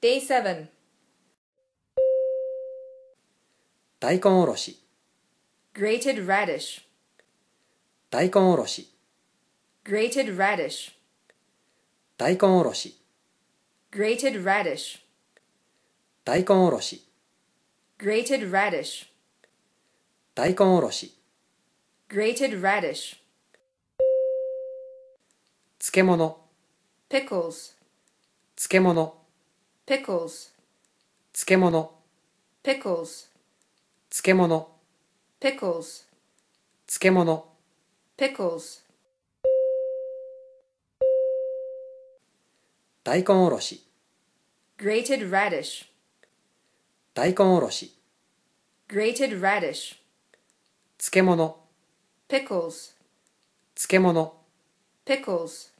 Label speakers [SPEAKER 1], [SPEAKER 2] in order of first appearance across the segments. [SPEAKER 1] Day 7.
[SPEAKER 2] 大根おろし
[SPEAKER 1] Grated radish.
[SPEAKER 2] 大根おろし
[SPEAKER 1] Grated radish.
[SPEAKER 2] 大根おろし
[SPEAKER 1] Grated radish.
[SPEAKER 2] 大根おろし
[SPEAKER 1] Grated radish.
[SPEAKER 2] 大根おろし
[SPEAKER 1] Grated radish.
[SPEAKER 2] 漬物
[SPEAKER 1] Pickles.
[SPEAKER 2] 漬物
[SPEAKER 1] Pickles.
[SPEAKER 2] 漬物
[SPEAKER 1] Pickles.
[SPEAKER 2] 漬物
[SPEAKER 1] Pickles.
[SPEAKER 2] 漬物
[SPEAKER 1] Pickles.
[SPEAKER 2] 大根おろし
[SPEAKER 1] Grated radish.
[SPEAKER 2] 大根おろし
[SPEAKER 1] Grated radish.
[SPEAKER 2] 漬物
[SPEAKER 1] Pickles.
[SPEAKER 2] 漬物
[SPEAKER 1] Pickles.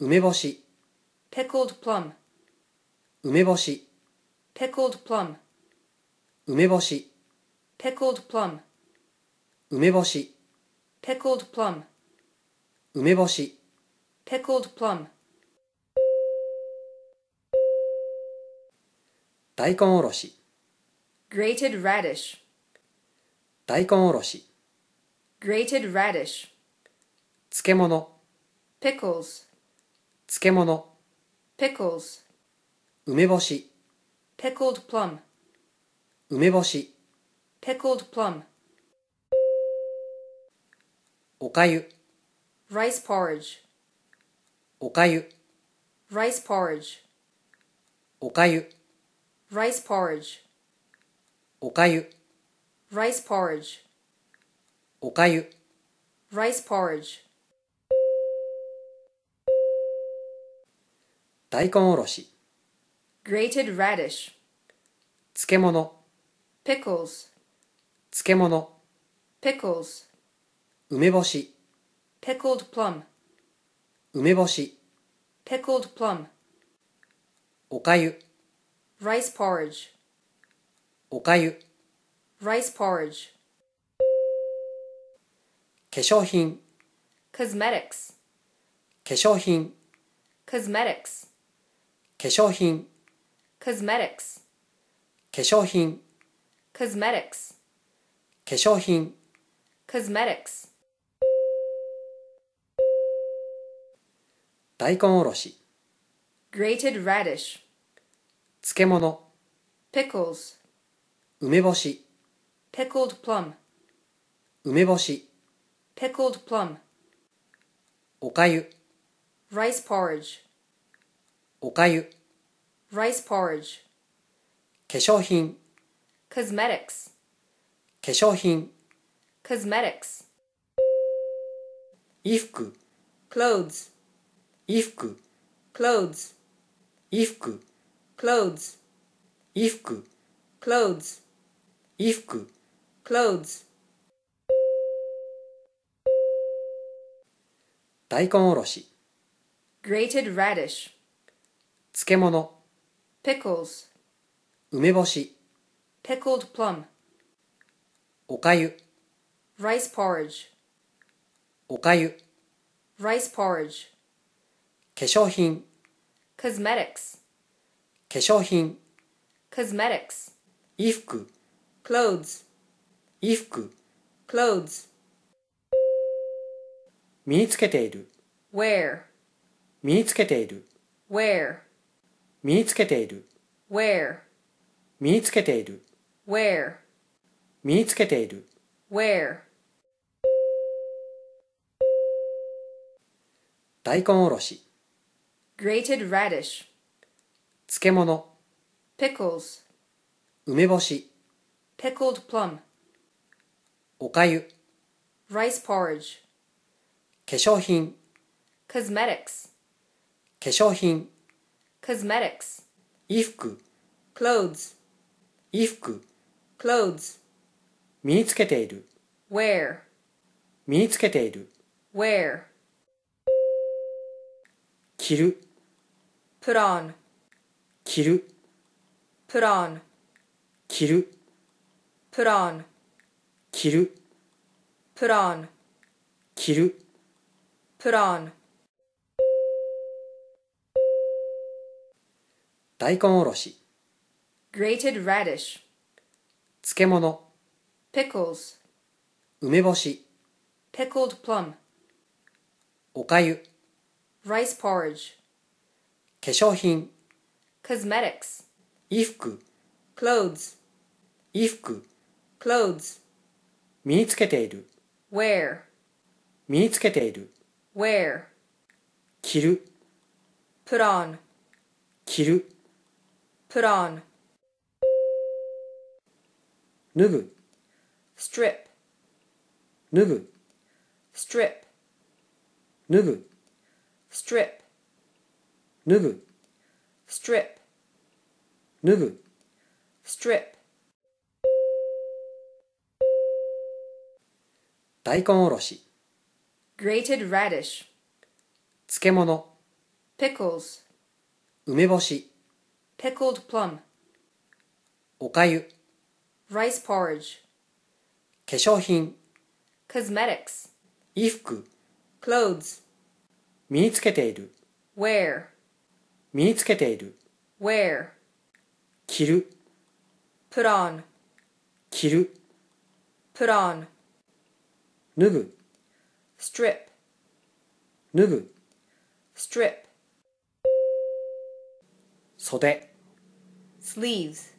[SPEAKER 2] 梅干し
[SPEAKER 1] Pickled plum.
[SPEAKER 2] 梅干し
[SPEAKER 1] Pickled plum.
[SPEAKER 2] 梅干し
[SPEAKER 1] Pickled plum.
[SPEAKER 2] 梅干し
[SPEAKER 1] Pickled plum.
[SPEAKER 2] 梅干し
[SPEAKER 1] Pickled plum.
[SPEAKER 2] 大根おろし
[SPEAKER 1] Grated radish.
[SPEAKER 2] 大根おろし
[SPEAKER 1] Grated radish.
[SPEAKER 2] 漬物
[SPEAKER 1] Pickles.
[SPEAKER 2] 漬物
[SPEAKER 1] Pickles.
[SPEAKER 2] 梅干し
[SPEAKER 1] Pickled plum.
[SPEAKER 2] 梅干し
[SPEAKER 1] Pickled plum.
[SPEAKER 2] おかゆ
[SPEAKER 1] Rice porridge.
[SPEAKER 2] おかゆ
[SPEAKER 1] Rice porridge.
[SPEAKER 2] おかゆ
[SPEAKER 1] Rice porridge.
[SPEAKER 2] おかゆ
[SPEAKER 1] Rice porridge.
[SPEAKER 2] おかゆ
[SPEAKER 1] Rice porridge.
[SPEAKER 2] 大根おろし
[SPEAKER 1] Grated radish.
[SPEAKER 2] 漬物
[SPEAKER 1] Pickles.
[SPEAKER 2] 漬物
[SPEAKER 1] Pickles.
[SPEAKER 2] 梅干し
[SPEAKER 1] Pickled plum.
[SPEAKER 2] 梅干し
[SPEAKER 1] Pickled plum.
[SPEAKER 2] おかゆ
[SPEAKER 1] Rice porridge.
[SPEAKER 2] おかゆ
[SPEAKER 1] Rice porridge.
[SPEAKER 2] 化粧品
[SPEAKER 1] Cosmetics.
[SPEAKER 2] 化粧品
[SPEAKER 1] Cosmetics.
[SPEAKER 2] 化粧品
[SPEAKER 1] Cosmetics.
[SPEAKER 2] 化粧品
[SPEAKER 1] Cosmetics.
[SPEAKER 2] 化粧品
[SPEAKER 1] Cosmetics.
[SPEAKER 2] 大根おろし
[SPEAKER 1] Grated radish.
[SPEAKER 2] 漬物
[SPEAKER 1] Pickles.
[SPEAKER 2] 梅干し
[SPEAKER 1] Pickled plum.
[SPEAKER 2] 梅干し
[SPEAKER 1] Pickled plum.
[SPEAKER 2] おかゆ
[SPEAKER 1] Rice porridge.
[SPEAKER 2] おかゆ
[SPEAKER 1] Rice porridge.
[SPEAKER 2] 化粧品
[SPEAKER 1] Cosmetics.
[SPEAKER 2] 化粧品
[SPEAKER 1] Cosmetics.
[SPEAKER 2] 衣服
[SPEAKER 1] Clothes.
[SPEAKER 2] 衣服
[SPEAKER 1] Clothes.
[SPEAKER 2] 衣服
[SPEAKER 1] Clothes.
[SPEAKER 2] 衣服
[SPEAKER 1] Clothes.
[SPEAKER 2] 衣服
[SPEAKER 1] Clothes.
[SPEAKER 2] 大根おろし
[SPEAKER 1] Grated radish.
[SPEAKER 2] 漬物
[SPEAKER 1] Pickles.
[SPEAKER 2] 梅干し
[SPEAKER 1] Pickled plum.
[SPEAKER 2] おかゆ
[SPEAKER 1] Rice porridge.
[SPEAKER 2] おかゆ
[SPEAKER 1] Rice porridge.
[SPEAKER 2] 化粧品
[SPEAKER 1] Cosmetics.
[SPEAKER 2] 化粧品
[SPEAKER 1] Cosmetics.
[SPEAKER 2] 衣服
[SPEAKER 1] Clothes.
[SPEAKER 2] 衣服
[SPEAKER 1] Clothes.
[SPEAKER 2] 身につけている
[SPEAKER 1] Wear.
[SPEAKER 2] 身につけている
[SPEAKER 1] Wear.
[SPEAKER 2] 身につけている
[SPEAKER 1] Wear.
[SPEAKER 2] 身につけている
[SPEAKER 1] Wear.
[SPEAKER 2] 身につけている
[SPEAKER 1] Wear.
[SPEAKER 2] 大根おろし
[SPEAKER 1] Grated radish.
[SPEAKER 2] 漬物
[SPEAKER 1] Pickles.
[SPEAKER 2] 梅干し
[SPEAKER 1] Pickled plum.
[SPEAKER 2] おかゆ
[SPEAKER 1] Rice porridge.
[SPEAKER 2] 化粧品
[SPEAKER 1] Cosmetics.
[SPEAKER 2] 化粧品
[SPEAKER 1] Cosmetics.
[SPEAKER 2] 衣服
[SPEAKER 1] Clothes.
[SPEAKER 2] 衣服
[SPEAKER 1] Clothes.
[SPEAKER 2] 身につけている
[SPEAKER 1] Wear.
[SPEAKER 2] 身につけている
[SPEAKER 1] Wear.
[SPEAKER 2] 着る
[SPEAKER 1] Put on.
[SPEAKER 2] 着る
[SPEAKER 1] Put on.
[SPEAKER 2] 着る
[SPEAKER 1] Put on.
[SPEAKER 2] 着る
[SPEAKER 1] Put on.
[SPEAKER 2] 着る
[SPEAKER 1] Put on.
[SPEAKER 2] 大根おろし、
[SPEAKER 1] grated radish,
[SPEAKER 2] 漬物、
[SPEAKER 1] pickles,
[SPEAKER 2] 梅干し、
[SPEAKER 1] pickled plum,
[SPEAKER 2] おかゆ、
[SPEAKER 1] rice porridge,
[SPEAKER 2] 化粧品、
[SPEAKER 1] cosmetics,
[SPEAKER 2] 衣服、
[SPEAKER 1] clothes,
[SPEAKER 2] 衣服、
[SPEAKER 1] clothes,
[SPEAKER 2] 身につけている、
[SPEAKER 1] wear,
[SPEAKER 2] 身につけている、
[SPEAKER 1] wear,
[SPEAKER 2] 着る、
[SPEAKER 1] put on,
[SPEAKER 2] 着る、
[SPEAKER 1] put on,
[SPEAKER 2] 脱ぐ、
[SPEAKER 1] strip,
[SPEAKER 2] 脱ぐ、
[SPEAKER 1] strip,
[SPEAKER 2] 脱ぐ、
[SPEAKER 1] strip,
[SPEAKER 2] 脱ぐ、
[SPEAKER 1] strip,
[SPEAKER 2] 脱ぐ、
[SPEAKER 1] strip,
[SPEAKER 2] 大根おろし、
[SPEAKER 1] grated radish,
[SPEAKER 2] 漬物、
[SPEAKER 1] pickles,
[SPEAKER 2] 梅干し、
[SPEAKER 1] pickled plum,
[SPEAKER 2] おかゆ、
[SPEAKER 1] rice porridge,
[SPEAKER 2] 化粧品、
[SPEAKER 1] cosmetics,
[SPEAKER 2] 衣服、
[SPEAKER 1] clothes,
[SPEAKER 2] 身につけている、
[SPEAKER 1] wear,
[SPEAKER 2] 身につけている、
[SPEAKER 1] wear,
[SPEAKER 2] 着る、
[SPEAKER 1] put on,
[SPEAKER 2] 着る、
[SPEAKER 1] put on,
[SPEAKER 2] 脱ぐ、
[SPEAKER 1] strip,
[SPEAKER 2] 脱ぐ、
[SPEAKER 1] strip,
[SPEAKER 2] 袖、
[SPEAKER 1] sleeves,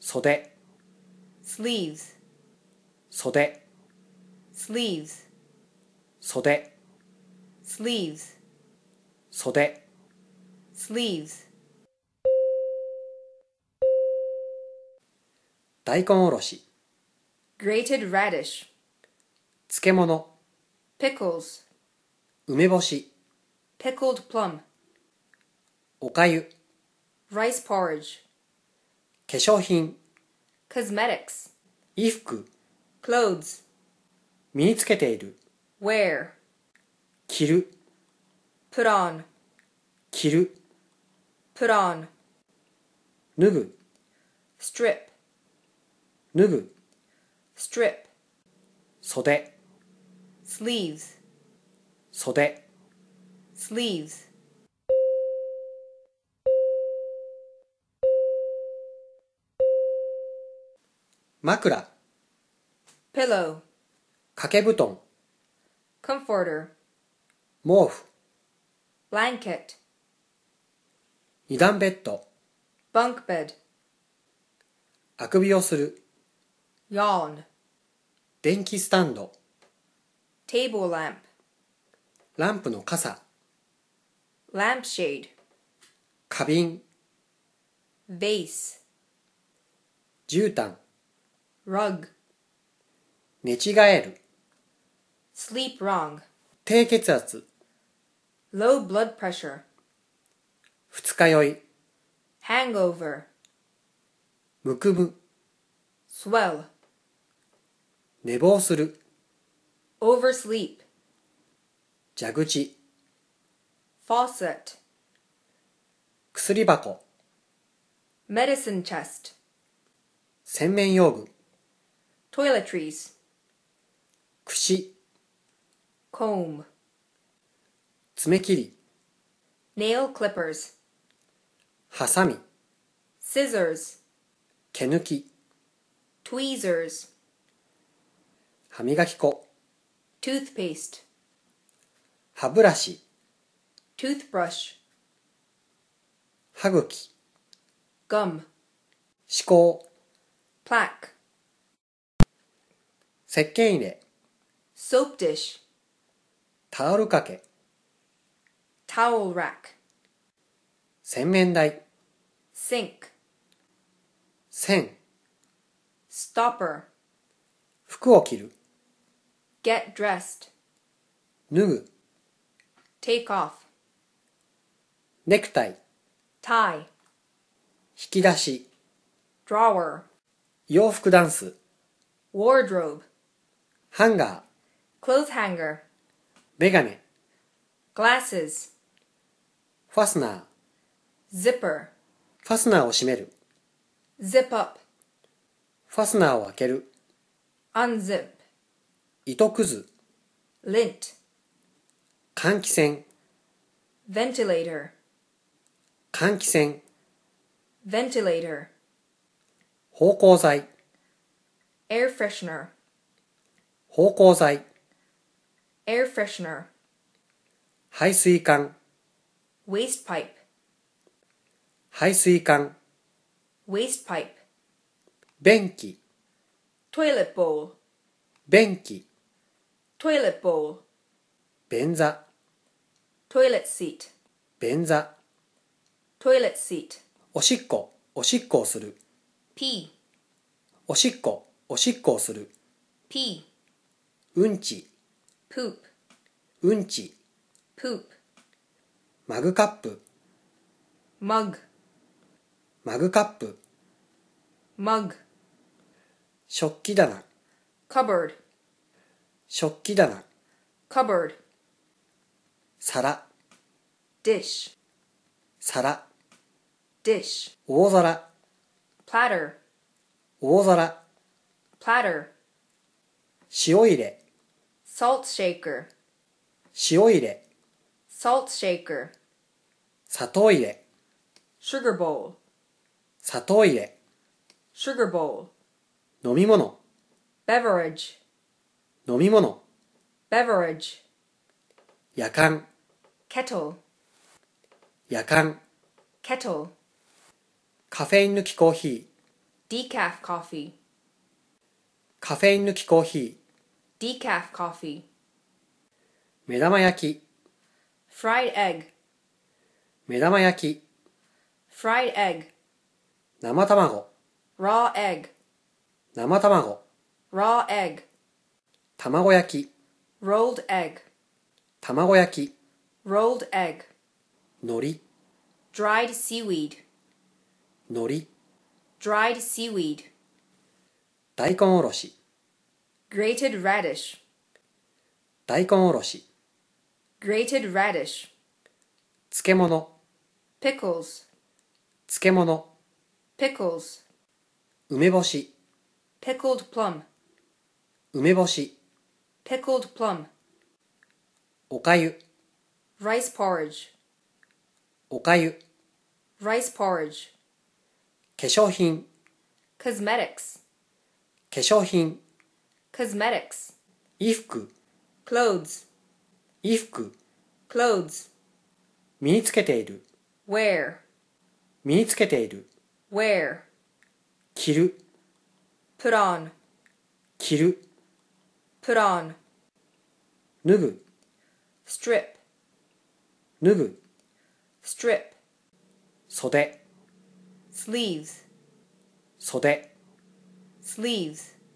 [SPEAKER 2] 袖、
[SPEAKER 1] sleeves,
[SPEAKER 2] 袖、
[SPEAKER 1] sleeves,
[SPEAKER 2] 袖、
[SPEAKER 1] sleeves,
[SPEAKER 2] 袖、
[SPEAKER 1] sleeves,
[SPEAKER 2] 大根おろし、
[SPEAKER 1] grated radish,
[SPEAKER 2] 漬物、
[SPEAKER 1] pickles,
[SPEAKER 2] 梅干し、
[SPEAKER 1] pickled plum,
[SPEAKER 2] おかゆ、
[SPEAKER 1] rice porridge,
[SPEAKER 2] 化粧品、
[SPEAKER 1] cosmetics,
[SPEAKER 2] 衣服、
[SPEAKER 1] clothes,
[SPEAKER 2] 身につけている、
[SPEAKER 1] wear,
[SPEAKER 2] 着る、
[SPEAKER 1] put on,
[SPEAKER 2] 着る、
[SPEAKER 1] put on,
[SPEAKER 2] 脱ぐ、
[SPEAKER 1] strip,
[SPEAKER 2] 脱ぐ、
[SPEAKER 1] strip,
[SPEAKER 2] 袖、
[SPEAKER 1] sleeves,
[SPEAKER 2] 袖、
[SPEAKER 1] sleeves,
[SPEAKER 2] 枕、
[SPEAKER 1] pillow,
[SPEAKER 2] 掛け布団、
[SPEAKER 1] comforter,
[SPEAKER 2] 毛布、
[SPEAKER 1] blanket,
[SPEAKER 2] 二段ベッド、
[SPEAKER 1] bunk bed,
[SPEAKER 2] あくびをする、
[SPEAKER 1] yawn,
[SPEAKER 2] 電気スタンド、
[SPEAKER 1] table lamp,
[SPEAKER 2] ランプの傘、
[SPEAKER 1] lampshade,
[SPEAKER 2] 花瓶、
[SPEAKER 1] vase,
[SPEAKER 2] 絨毯、
[SPEAKER 1] rug,
[SPEAKER 2] 寝違える、
[SPEAKER 1] sleep wrong,
[SPEAKER 2] 低血圧、
[SPEAKER 1] low blood pressure,
[SPEAKER 2] 二日酔い、
[SPEAKER 1] hangover,
[SPEAKER 2] むくむ、
[SPEAKER 1] swell,
[SPEAKER 2] 寝坊する、
[SPEAKER 1] oversleep,
[SPEAKER 2] 蛇口、
[SPEAKER 1] faucet,
[SPEAKER 2] 薬箱、
[SPEAKER 1] medicine chest,
[SPEAKER 2] 洗面用具、
[SPEAKER 1] toiletries,
[SPEAKER 2] くし、
[SPEAKER 1] comb,
[SPEAKER 2] 爪切り、
[SPEAKER 1] nail clippers,
[SPEAKER 2] ハサミ、
[SPEAKER 1] scissors,
[SPEAKER 2] 毛抜き、
[SPEAKER 1] tweezers,
[SPEAKER 2] 歯磨き粉、
[SPEAKER 1] toothpaste,
[SPEAKER 2] 歯ブラシ、
[SPEAKER 1] toothbrush,
[SPEAKER 2] 歯茎、
[SPEAKER 1] gum,
[SPEAKER 2] 歯垢、
[SPEAKER 1] plaque,
[SPEAKER 2] 石鹸入れ、
[SPEAKER 1] soap dish,
[SPEAKER 2] タオル掛け、
[SPEAKER 1] towel rack,
[SPEAKER 2] 洗面台、
[SPEAKER 1] sink,
[SPEAKER 2] 線、
[SPEAKER 1] stopper,
[SPEAKER 2] 服を着る、
[SPEAKER 1] get dressed,
[SPEAKER 2] 脱ぐ、
[SPEAKER 1] take off,
[SPEAKER 2] ネクタイ、
[SPEAKER 1] tie,
[SPEAKER 2] 引き出し、
[SPEAKER 1] drawer,
[SPEAKER 2] 洋服ダンス、
[SPEAKER 1] wardrobe,
[SPEAKER 2] ハンガー、
[SPEAKER 1] clothes hanger,
[SPEAKER 2] メガネ、
[SPEAKER 1] glasses,
[SPEAKER 2] ファスナー、
[SPEAKER 1] zipper,
[SPEAKER 2] ファスナーを閉める、
[SPEAKER 1] zip up,
[SPEAKER 2] ファスナーを開ける、
[SPEAKER 1] unzip,
[SPEAKER 2] 糸くず、
[SPEAKER 1] lint,
[SPEAKER 2] 換気扇、
[SPEAKER 1] ventilator,
[SPEAKER 2] 換気扇、
[SPEAKER 1] ventilator,
[SPEAKER 2] 芳香剤、
[SPEAKER 1] air freshener,
[SPEAKER 2] 芳香剤、
[SPEAKER 1] air freshener,
[SPEAKER 2] 排水管、
[SPEAKER 1] waste pipe,
[SPEAKER 2] 排水管、
[SPEAKER 1] waste pipe,
[SPEAKER 2] 便器、
[SPEAKER 1] toilet bowl,
[SPEAKER 2] 便器、
[SPEAKER 1] toilet bowl,
[SPEAKER 2] 便座、
[SPEAKER 1] toilet seat,
[SPEAKER 2] 便座、
[SPEAKER 1] toilet seat,
[SPEAKER 2] おしっこ、おしっこをする、
[SPEAKER 1] pee,
[SPEAKER 2] おしっこ、おしっこをする、
[SPEAKER 1] pee,
[SPEAKER 2] うんち、
[SPEAKER 1] poop,
[SPEAKER 2] うんち、
[SPEAKER 1] poop,
[SPEAKER 2] マグカップ、
[SPEAKER 1] mug,
[SPEAKER 2] マグカップ、
[SPEAKER 1] mug,
[SPEAKER 2] 食器棚、
[SPEAKER 1] cupboard,
[SPEAKER 2] 食器棚、
[SPEAKER 1] cupboard,
[SPEAKER 2] 皿、
[SPEAKER 1] dish,
[SPEAKER 2] 皿、
[SPEAKER 1] dish,
[SPEAKER 2] 大皿、
[SPEAKER 1] platter,
[SPEAKER 2] 大皿、
[SPEAKER 1] platter,
[SPEAKER 2] 塩入れ、
[SPEAKER 1] salt shaker,
[SPEAKER 2] 塩入れ、
[SPEAKER 1] salt shaker,
[SPEAKER 2] 砂糖入れ、
[SPEAKER 1] sugar bowl,
[SPEAKER 2] 砂糖入れ、
[SPEAKER 1] sugar bowl,
[SPEAKER 2] 飲み物、
[SPEAKER 1] beverage,
[SPEAKER 2] 飲み物、
[SPEAKER 1] beverage,
[SPEAKER 2] 夜間、
[SPEAKER 1] kettle,
[SPEAKER 2] 夜間、
[SPEAKER 1] kettle,
[SPEAKER 2] カフェイン抜きコーヒー、
[SPEAKER 1] decaf coffee,
[SPEAKER 2] カフェイン抜きコーヒー、
[SPEAKER 1] decaf coffee,
[SPEAKER 2] 目玉焼き、
[SPEAKER 1] fried egg,
[SPEAKER 2] 目玉焼き、
[SPEAKER 1] fried egg,
[SPEAKER 2] 生卵、
[SPEAKER 1] raw egg,
[SPEAKER 2] 生卵、
[SPEAKER 1] raw egg,
[SPEAKER 2] 卵焼き、
[SPEAKER 1] rolled egg,
[SPEAKER 2] 卵焼き、
[SPEAKER 1] rolled egg,
[SPEAKER 2] 海苔、
[SPEAKER 1] dried seaweed,
[SPEAKER 2] 海苔、
[SPEAKER 1] dried seaweed,
[SPEAKER 2] 大根おろし、
[SPEAKER 1] grated radish,
[SPEAKER 2] 大根おろし、
[SPEAKER 1] grated radish,
[SPEAKER 2] 漬物、
[SPEAKER 1] pickles,
[SPEAKER 2] 漬物、
[SPEAKER 1] pickles,
[SPEAKER 2] 梅干し、
[SPEAKER 1] pickled plum,
[SPEAKER 2] 梅干し、
[SPEAKER 1] pickled plum,
[SPEAKER 2] おかゆ、
[SPEAKER 1] rice porridge,
[SPEAKER 2] おかゆ、
[SPEAKER 1] rice porridge,
[SPEAKER 2] 化粧品、
[SPEAKER 1] cosmetics,
[SPEAKER 2] 化粧品、
[SPEAKER 1] cosmetics,
[SPEAKER 2] 衣服、
[SPEAKER 1] clothes,
[SPEAKER 2] 衣服、
[SPEAKER 1] clothes,
[SPEAKER 2] 身につけている、
[SPEAKER 1] wear,
[SPEAKER 2] 身につけている、
[SPEAKER 1] wear,
[SPEAKER 2] 着る、
[SPEAKER 1] put on,
[SPEAKER 2] 着る、
[SPEAKER 1] put on,
[SPEAKER 2] 脱ぐ、
[SPEAKER 1] strip,
[SPEAKER 2] 脱ぐ、
[SPEAKER 1] strip,
[SPEAKER 2] 袖、
[SPEAKER 1] sleeves,
[SPEAKER 2] 袖、
[SPEAKER 1] sleeves,